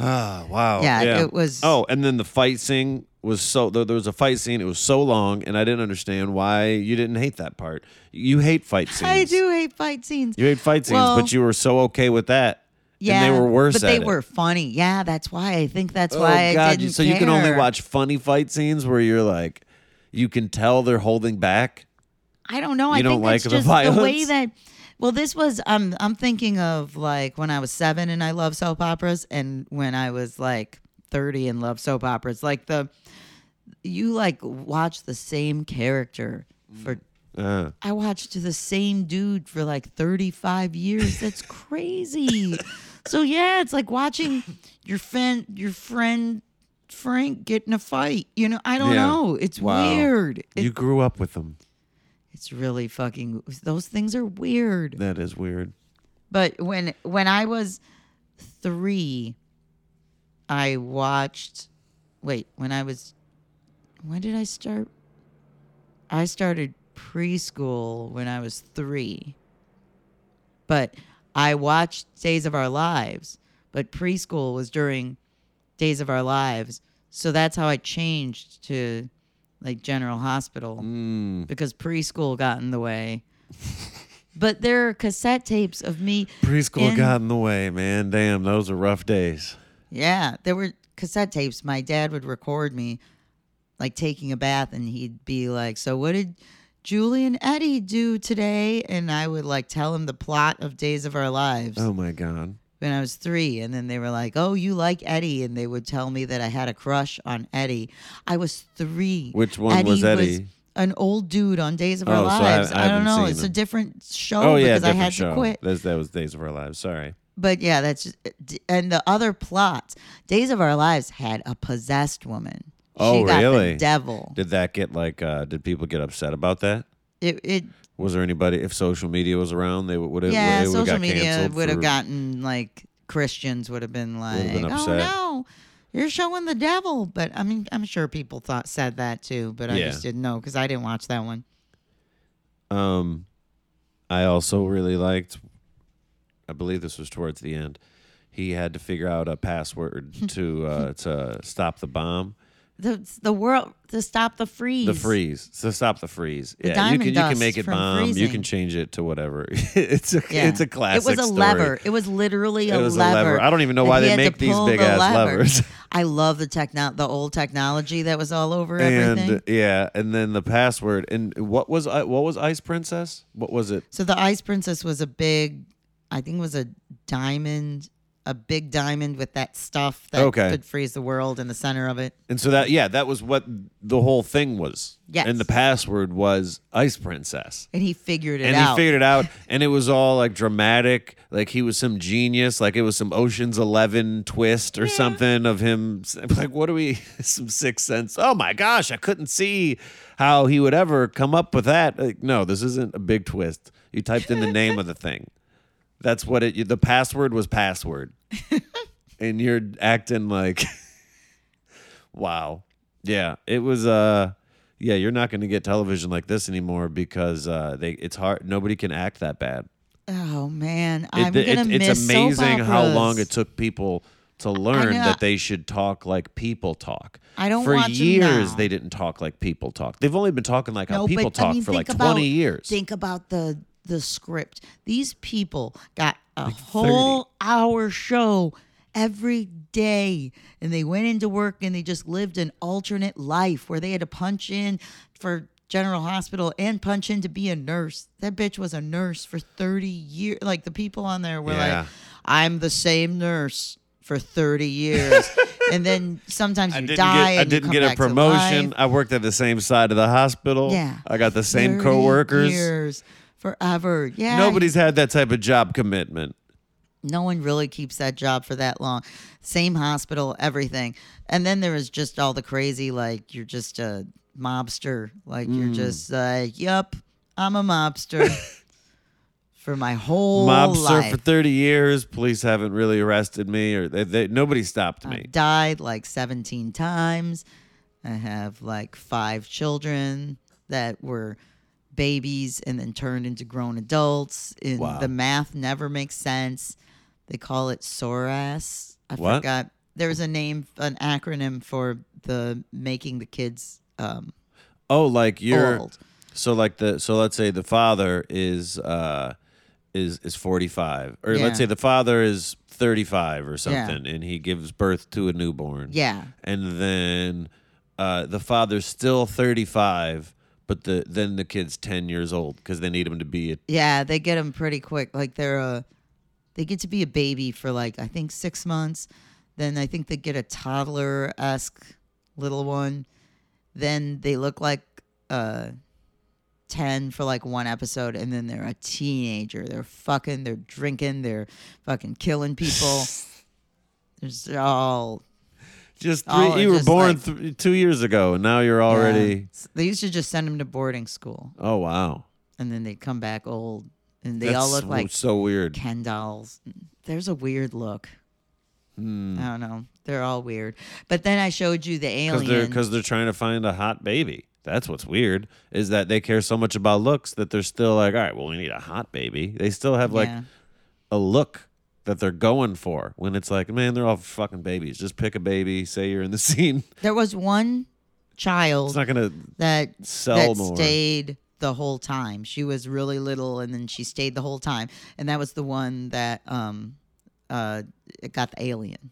Ah, wow.
Yeah, it was-
Oh, and then the fight scene was so there there was a fight scene. It was so long, and I didn't understand why you didn't hate that part. You hate fight scenes.
I do hate fight scenes.
You hate fight scenes,
Well-
but you were so okay with that. and they were worse.
But they
at it.
were funny. Yeah, that's why I think that's why I didn't
so Oh, you can only
care.
watch funny fight scenes where you're like, you can tell they're holding back.
I don't know. I
You don't
think
like
it's
the
just the way
violence?
that. Well, this was um, I'm thinking of like when I was seven and I loved soap operas, and when I was like 30 and loved soap operas. Like the, you like watch the same character for.
Uh,
I watched the same dude for like 35 years. That's crazy. so yeah, it's like watching your friend, your friend Frank get in a fight. You know, I don't
Yeah.
know. It's
Wow.
weird. It-
you grew up with them.
it's really fucking. Those things are weird.
That is weird.
But when when I was three, I watched. Wait, when I was, when did I start? I started preschool when I was three. But I watched Days of Our Lives. But preschool was during Days of Our Lives, so that's how I changed to like General Hospital because preschool got in the way. but there are cassette tapes of me.
Preschool
in-
got in the way, man. Damn, those are rough days.
Yeah, there were cassette tapes. My dad would record me like taking a bath and he'd be like, "So what did Julie and Eddie do today?" and I would like tell him the plot of Days of Our Lives
Oh my god.
when I was 3 and then they were like, "Oh, you like Eddie." and they would tell me that I had a crush on Eddie. I was 3.
Which one was Eddie?
an old dude on Days of Our
Oh, so I-
Lives.
I
I, don't
haven't
know.
seen
It's a
him.
different show
Oh, yeah,
because I
different
had
show.
to quit
That's, that was Days of Our Lives. Sorry.
but yeah, that's just, uh, and the other plots. Days of Our Lives had a possessed woman.
Oh,
she got
really?
The devil.
Did that get like? uh Did people get upset about that?
It, it
Was there anybody? If social media was around, they would have.
yeah.
it would've
social
got
media
canceled
would
for-
have gotten like Christians would have been like,
been
oh
upset."
no, you're showing the devil. But I mean, I'm sure people thought said that too, but I
Yeah.
just didn't know because I didn't watch that one.
Um, I also really liked. I believe this was towards the end. He had to figure out a password to uh, to stop the bomb,
The the world to stop the freeze.
the freeze. So stop the freeze. yeah,
diamond
you can you
dust
can make it
from
bomb. You
freezing.
can change it to whatever. it's a
Yeah.
it's a classic.
It was a
story.
lever. It was literally a,
It was a
lever.
lever. I don't even know
And
why
he
they
had to
make these
pull
big
the
ass
lever.
levers.
I love the techno- the old technology that was all over
And
everything.
yeah, and then the password. And what was I- what was Ice Princess? What was it?
So the Ice Princess was a big, I think it was a diamond, a big diamond with that stuff that
Okay.
could freeze the world in the center of it.
And so that yeah, that was what the whole thing was.
Yes.
And the password was Ice Princess.
And he figured it
and he
out.
figured it out and it was all like dramatic like he was some genius like it was some oceans 11 twist or something of him like what do we some sixth sense oh my gosh i couldn't see how he would ever come up with that like, no this isn't a big twist you typed in the name of the thing that's what it the password was password and you're acting like wow yeah it was uh yeah you're not going to get television like this anymore because uh they it's hard nobody can act that bad
oh man,
It-
I'm
it-
gonna
it's
miss soap
amazing how long
operas.
it took people to learn
know.
that they should talk like people talk
I don't
for
watch 'em
years
now.
they didn't talk like people talk they've only been talking like how
No,
people
but,
talk
I mean,
for like
think
20
about,
years
Think about the the script. These people got a whole hour show every day and they went into work and they just lived an alternate life where they had to punch in for General Hospital and punch in to be a nurse. That bitch was a nurse for 30 years. Like the people on there were
Yeah.
like, I'm the same nurse for 30 years. and then sometimes you
I didn't
die
get I
and you
didn't
come
get a
back to life.
promotion. I worked at the same side of the hospital.
Yeah.
I got the same
30
coworkers.
Years. forever. Yeah.
Nobody's had that type of job commitment.
no one really keeps that job for that long. Same hospital, everything. And then there was just all the crazy, like, you're just a mobster. Like,
Mm.
you're just like, yup, I'm a mobster for my whole
Mob served
life.
for 30 years. Police haven't really arrested me, or they, they, nobody stopped
I've
me.
died like 17 times. I have like five children that were babies and then turned into grown adults. And
Wow.
The math never makes sense. They call it SORAS. I
What?
forgot. There was a name, an acronym for the making the kids um,
Oh, like you're
old.
so like the so let's say the father is uh is is 45, or
Yeah.
let's say the father is 35 or something, and he gives birth to a newborn.
Yeah.
and then uh, the father's still 35 but the then the kid's 10 years old because they need him to be a
Yeah, they get them pretty quick. Like they're a, they get to be a baby for like I think six months. Then I think they get a toddler esque little one. Then they look like uh, ten for like one episode, and then they're a teenager. They're fucking. They're drinking. They're fucking killing people. There's all
just three,
Oh,
you were
just
born
like-
th- two years ago and now you're already
Yeah. They used to just send them to boarding school,
oh wow
and then they come back old, and they
That's
all look
so-
like
so weird
Ken dolls. There's a weird look.
Hmm.
I don't know. They're all weird. But then I showed you the
because they're
alien.
because they're trying to find a hot baby that's what's weird is that they care so much about looks that they're still like all right well we need a hot baby they still have like
Yeah.
a look that they're going for when it's like man they're all fucking babies just pick a baby say you're in the scene
there was one
it's
child
not gonna
that
sell
that
more.
stayed the whole time. She was really little, and then she stayed the whole time. And that was the one that um uh got the alien.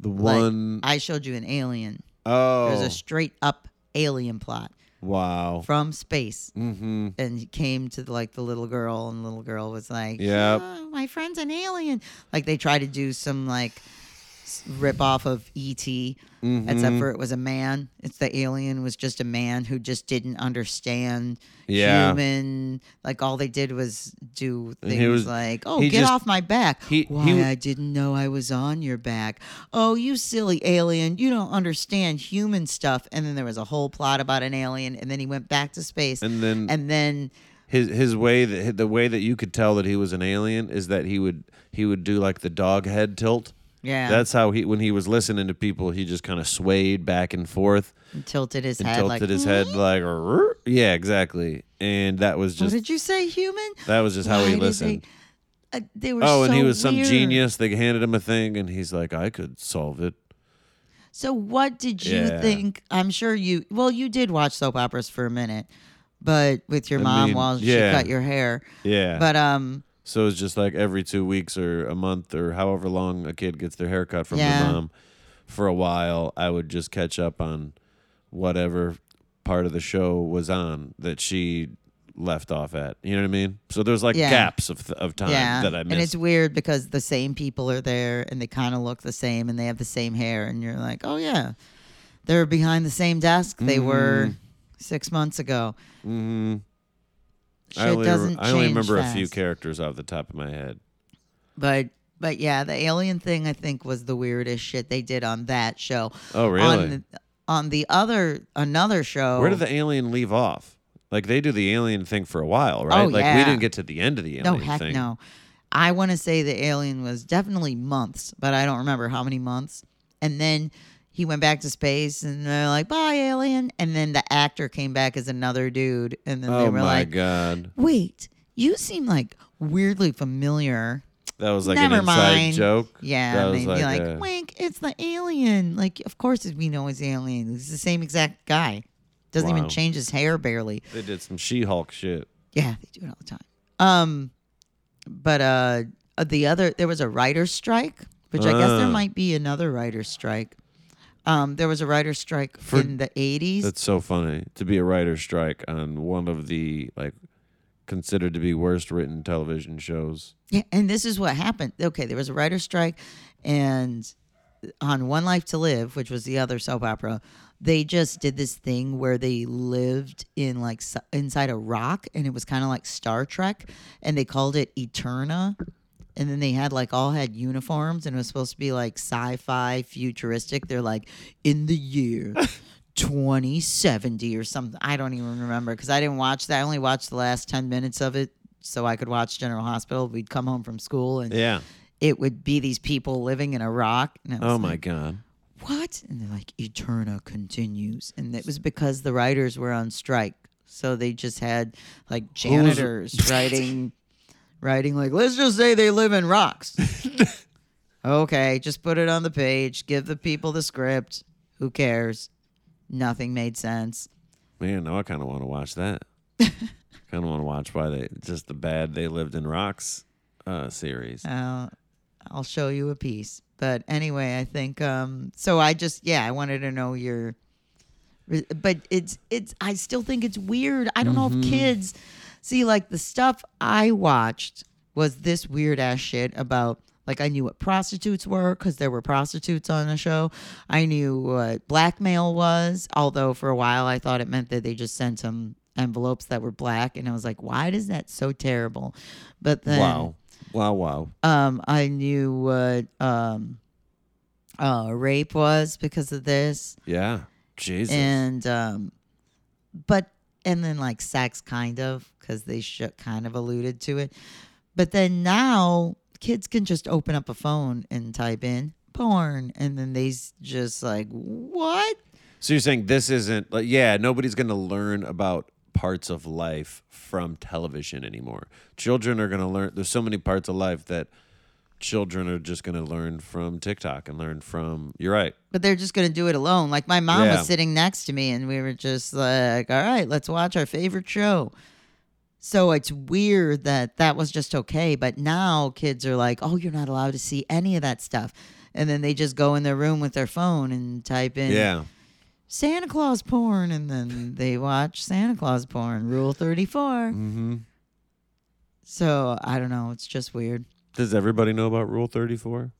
the
Like,
one
I showed you an alien.
oh
There's a straight up alien plot
Wow.
from space.
Mm-hmm.
and he came to like the little girl and the little girl was like
Yep.
"Ah, my friend's an alien like they try to do some like s- rip off of et
Mm-hmm.
except for it was a man it's the alien was just a man who just didn't understand
Yeah.
human like all they did was do
And he
things
was-
like oh
he
get
just-
off my back
he- he
why
w-
i didn't know i was on your back oh you silly alien you don't understand human stuff and then there was a whole plot about an alien and then he went back to space
And then
and then
his his way that the way that you could tell that he was an alien is that he would he would do like the dog head tilt.
yeah
That's how he when he was listening to people, he just kind of swayed back and forth
and tilted his
and
head
tilted
like "Hmm?
his head like "Rrr." yeah, exactly. And that was
what
just
did you say human
that was just how
Why
he
did
listened.
they, uh, they were
Oh, and he
so
was some
weird.
genius. They handed him a thing and he's like, "I could solve it."
so what did you
Yeah.
think i'm sure you well you did watch soap operas for a minute but with your
I
mom
mean,
while
yeah.
she cut your hair
Yeah.
but um
So it's just like every two weeks or a month or however long a kid gets their haircut from
Yeah.
their mom. For a while, I would just catch up on whatever part of the show was on that she left off at. You know what I mean? So there's like
Yeah.
gaps of, of time
yeah
that I
and it's
missed.
weird because the same people are there and they kind of look the same and they have the same hair and you're like oh yeah they're behind the same desk they
Mm-hmm.
were six months ago
Mhm. I
Shit
only,
doesn't
I only
change
remember a few
fast.
characters off the top of my head.
But but yeah, the alien thing I think was the weirdest shit they did on that show.
Oh,
On
really?
the, oh. on the other another show.
Where did the alien leave off? Like they do the alien thing for a while, right? like we
Oh, yeah.
didn't get to the end of the
no
alien
heck
thing.
no. I want to say the alien was definitely months, but I don't remember how many months. And then he went back to space, and they're like, "Bye, alien." And then the actor came back as another dude, and then they
Oh
were
my
like,
god.
"Wait, you seem like weirdly familiar."
That was like
Never
an inside
mind.
joke. That
Yeah,
was
and they'd be like,
uh,
"Wink, it's the alien." Like, of course we know it's alien. It's the same exact guy. Doesn't
Wow.
even change his hair barely.
they did some She-Hulk shit.
Yeah, they do it all the time. Um, but uh, the other there was a writer's strike, which I guess there
Ah.
might be another writer's strike. Um, there was a writer's strike
For-
in the eighties.
That's so funny to be a writer's strike on one of the like considered to be worst written television shows.
Yeah, and this is what happened. Okay, there was a writer's strike, and on One Life to Live, which was the other soap opera, they just did this thing where they lived in like s- inside a rock, and it was kind of like Star Trek, and they called it Eterna. And then they had like all had uniforms, and it was supposed to be like sci-fi, futuristic. They're like in the year. 2070 or something. I don't even remember because I didn't watch that. I only watched the last 10 minutes of it so I could watch General Hospital. We'd come home from school and
Yeah.
it would be these people living in a rock. And I was
Oh my
like,
god.
What? And they're like, Eterna continues. And it was because the writers were on strike. So they just had like janitors writing, writing, like, let's just say they live in rocks. okay, just put it on the page, give the people the script. Who cares? Nothing made sense.
Man, now I kind of want to watch that. kind of want to watch why they just the bad they lived in rocks uh, series.
Uh, I'll show you a piece. But anyway, I think um, so. I just yeah, I wanted to know your, re- but it's it's. I still think it's weird. I don't know if kids see like the stuff I watched was this weird ass shit about. Like I knew what prostitutes were because there were prostitutes on the show. I knew what blackmail was, although for a while I thought it meant that they just sent them envelopes that were black, and I was like, why is that so terrible? But then
wow. Wow, wow.
um, I knew what um, uh, rape was because of this,
Yeah. Jesus.
and um, but and then like sex, kind of, because they should kind of alluded to it. But then now kids can just open up a phone and type in porn, and then they s- just like what?
so you're saying this isn't like yeah, nobody's going to learn about parts of life from television anymore. Children are going to learn there's so many parts of life that children are just going to learn from TikTok and learn from You're right.
but they're just going to do it alone. Like my mom
Yeah.
was sitting next to me and we were just like, all right, let's watch our favorite show. So it's weird that that was just okay. But now kids are like, oh, you're not allowed to see any of that stuff. And then they just go in their room with their phone and type in
Yeah.
Santa Claus porn. And then they watch Santa Claus porn, rule 34. Mm-hmm. So I don't know. It's just weird.
Does everybody know about rule 34?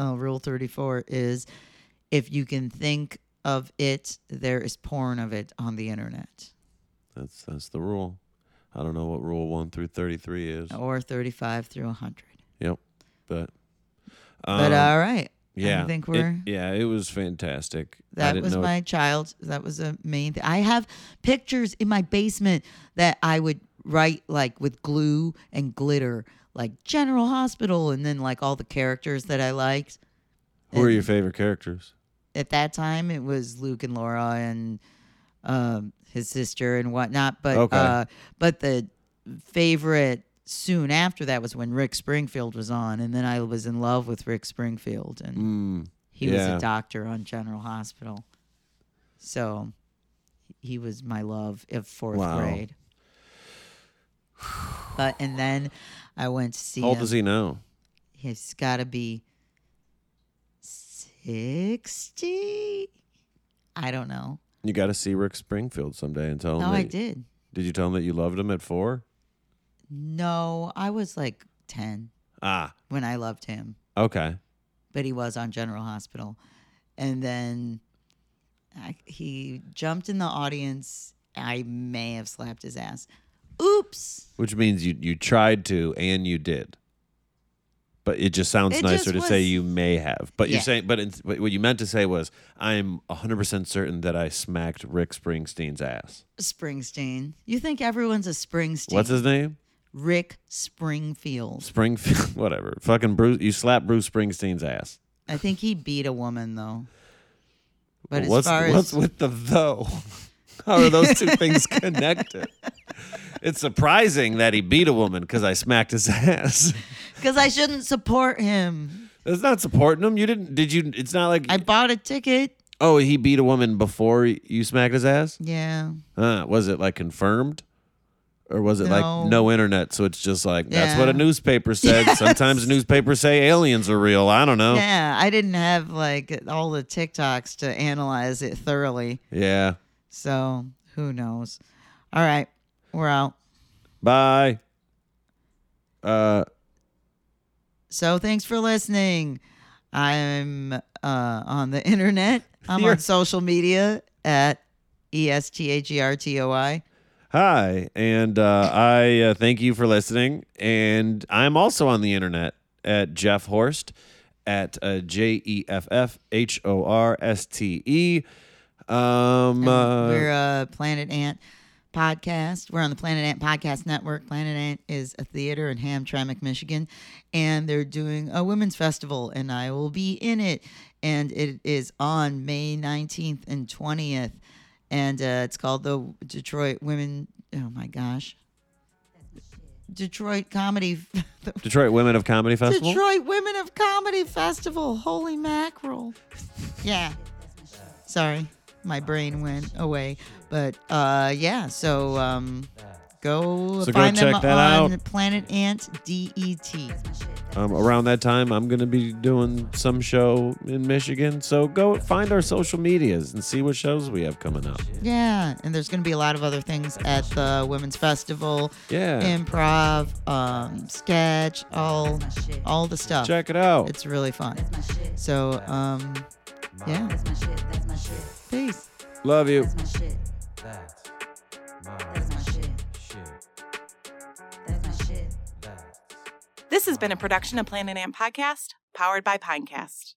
uh, rule 34 is if you can think of it, there is porn of it on the internet
That's that's the rule. I don't know what rule 1 through 33 is.
or 35 through 100.
Yep. But
but
um,
all right.
yeah,
I think
it-
we're.
yeah, it was fantastic. I
that
didn't
was
know-
my child. That was a main thing. I have pictures in my basement that I would write like with glue and glitter, like General Hospital, and then like all the characters that I liked.
Who are your favorite characters?
at that time it was Luke and Laura and um, his sister and whatnot. But
Okay.
uh, but the favorite soon after that was when Rick Springfield was on, and then I was in love with Rick Springfield, and
Hmm.
he was
Mm, yeah.
a doctor on General Hospital, so he was my love of fourth
Wow.
grade. But and then I went to see
How old
him
does he know?
he's got to be 60 i don't know
You got to see Rick Springfield someday and tell him.
no i
that-
did
Did you tell him that you loved him at four?
no i was like 10
Ah,
when i loved him
okay.
but he was on general hospital and then I, he jumped in the audience i may have slapped his ass oops
Which means you you tried to and you did. But it just sounds
It
nicer to
just
say
was-
you may have. But you're
Yeah.
saying, but in, what what you meant to say was, I'm 100% certain that I smacked Rick Springsteen's ass.
springsteen you think everyone's a springsteen
What's his name?
rick springfield
Springfield, whatever. Fucking Bruce, you slapped Bruce Springsteen's ass.
i think he beat a woman though but as
what's,
far
what's
as
with the though? How are those two things connected? It's surprising that he beat a woman because I smacked his ass.
Because I shouldn't support him.
That's not supporting him. You didn't. Did you? It's not like.
I bought a ticket.
oh, he beat a woman before you smacked his ass.
Yeah.
Huh, was it like confirmed, or was it
No.
like no internet? So it's just like that's what a
Yeah.
newspaper said. Sometimes newspapers say aliens are real. I don't know. Yeah.
Yeah. I didn't have like all the TikToks to analyze it thoroughly. So who knows? All right. We're out.
Bye. Uh.
So thanks for listening. I'm uh, on the internet. I'm
You're-
on social media at E S T A G R T O I.
Hi, and uh, I uh, thank you for listening. And I'm also on the internet at Jeff Horst at uh, J E F F H O R S T E. Um, uh,
We're a Planet Ant podcast. We're on the Planet Ant Podcast Network. Planet Ant is a theater in Hamtramck, Michigan, and they're doing a women's festival, and I will be in it. And it is on May 19th and 20th, and uh, it's called the Detroit Women. Oh my gosh. Detroit Comedy,
Detroit Women of Comedy Festival.
Detroit Women of Comedy Festival. Holy mackerel! Yeah. Sorry, my brain went away. But uh, yeah, so um, go
So go
find them
check that
on
out.
Planet Ant D E T.
Um, around that time, I'm going to be doing some show in Michigan. So go find our social medias and see what shows we have coming up.
Yeah, and there's going to be a lot of other things at the Women's Festival.
Yeah.
Improv, um, sketch, all,
Oh.
all the stuff.
Check it out.
uh, It's really fun. So um, yeah, peace.
Love you.
That's my shit. That's
This has been a production of Planet Amp Podcast, powered by Pinecast.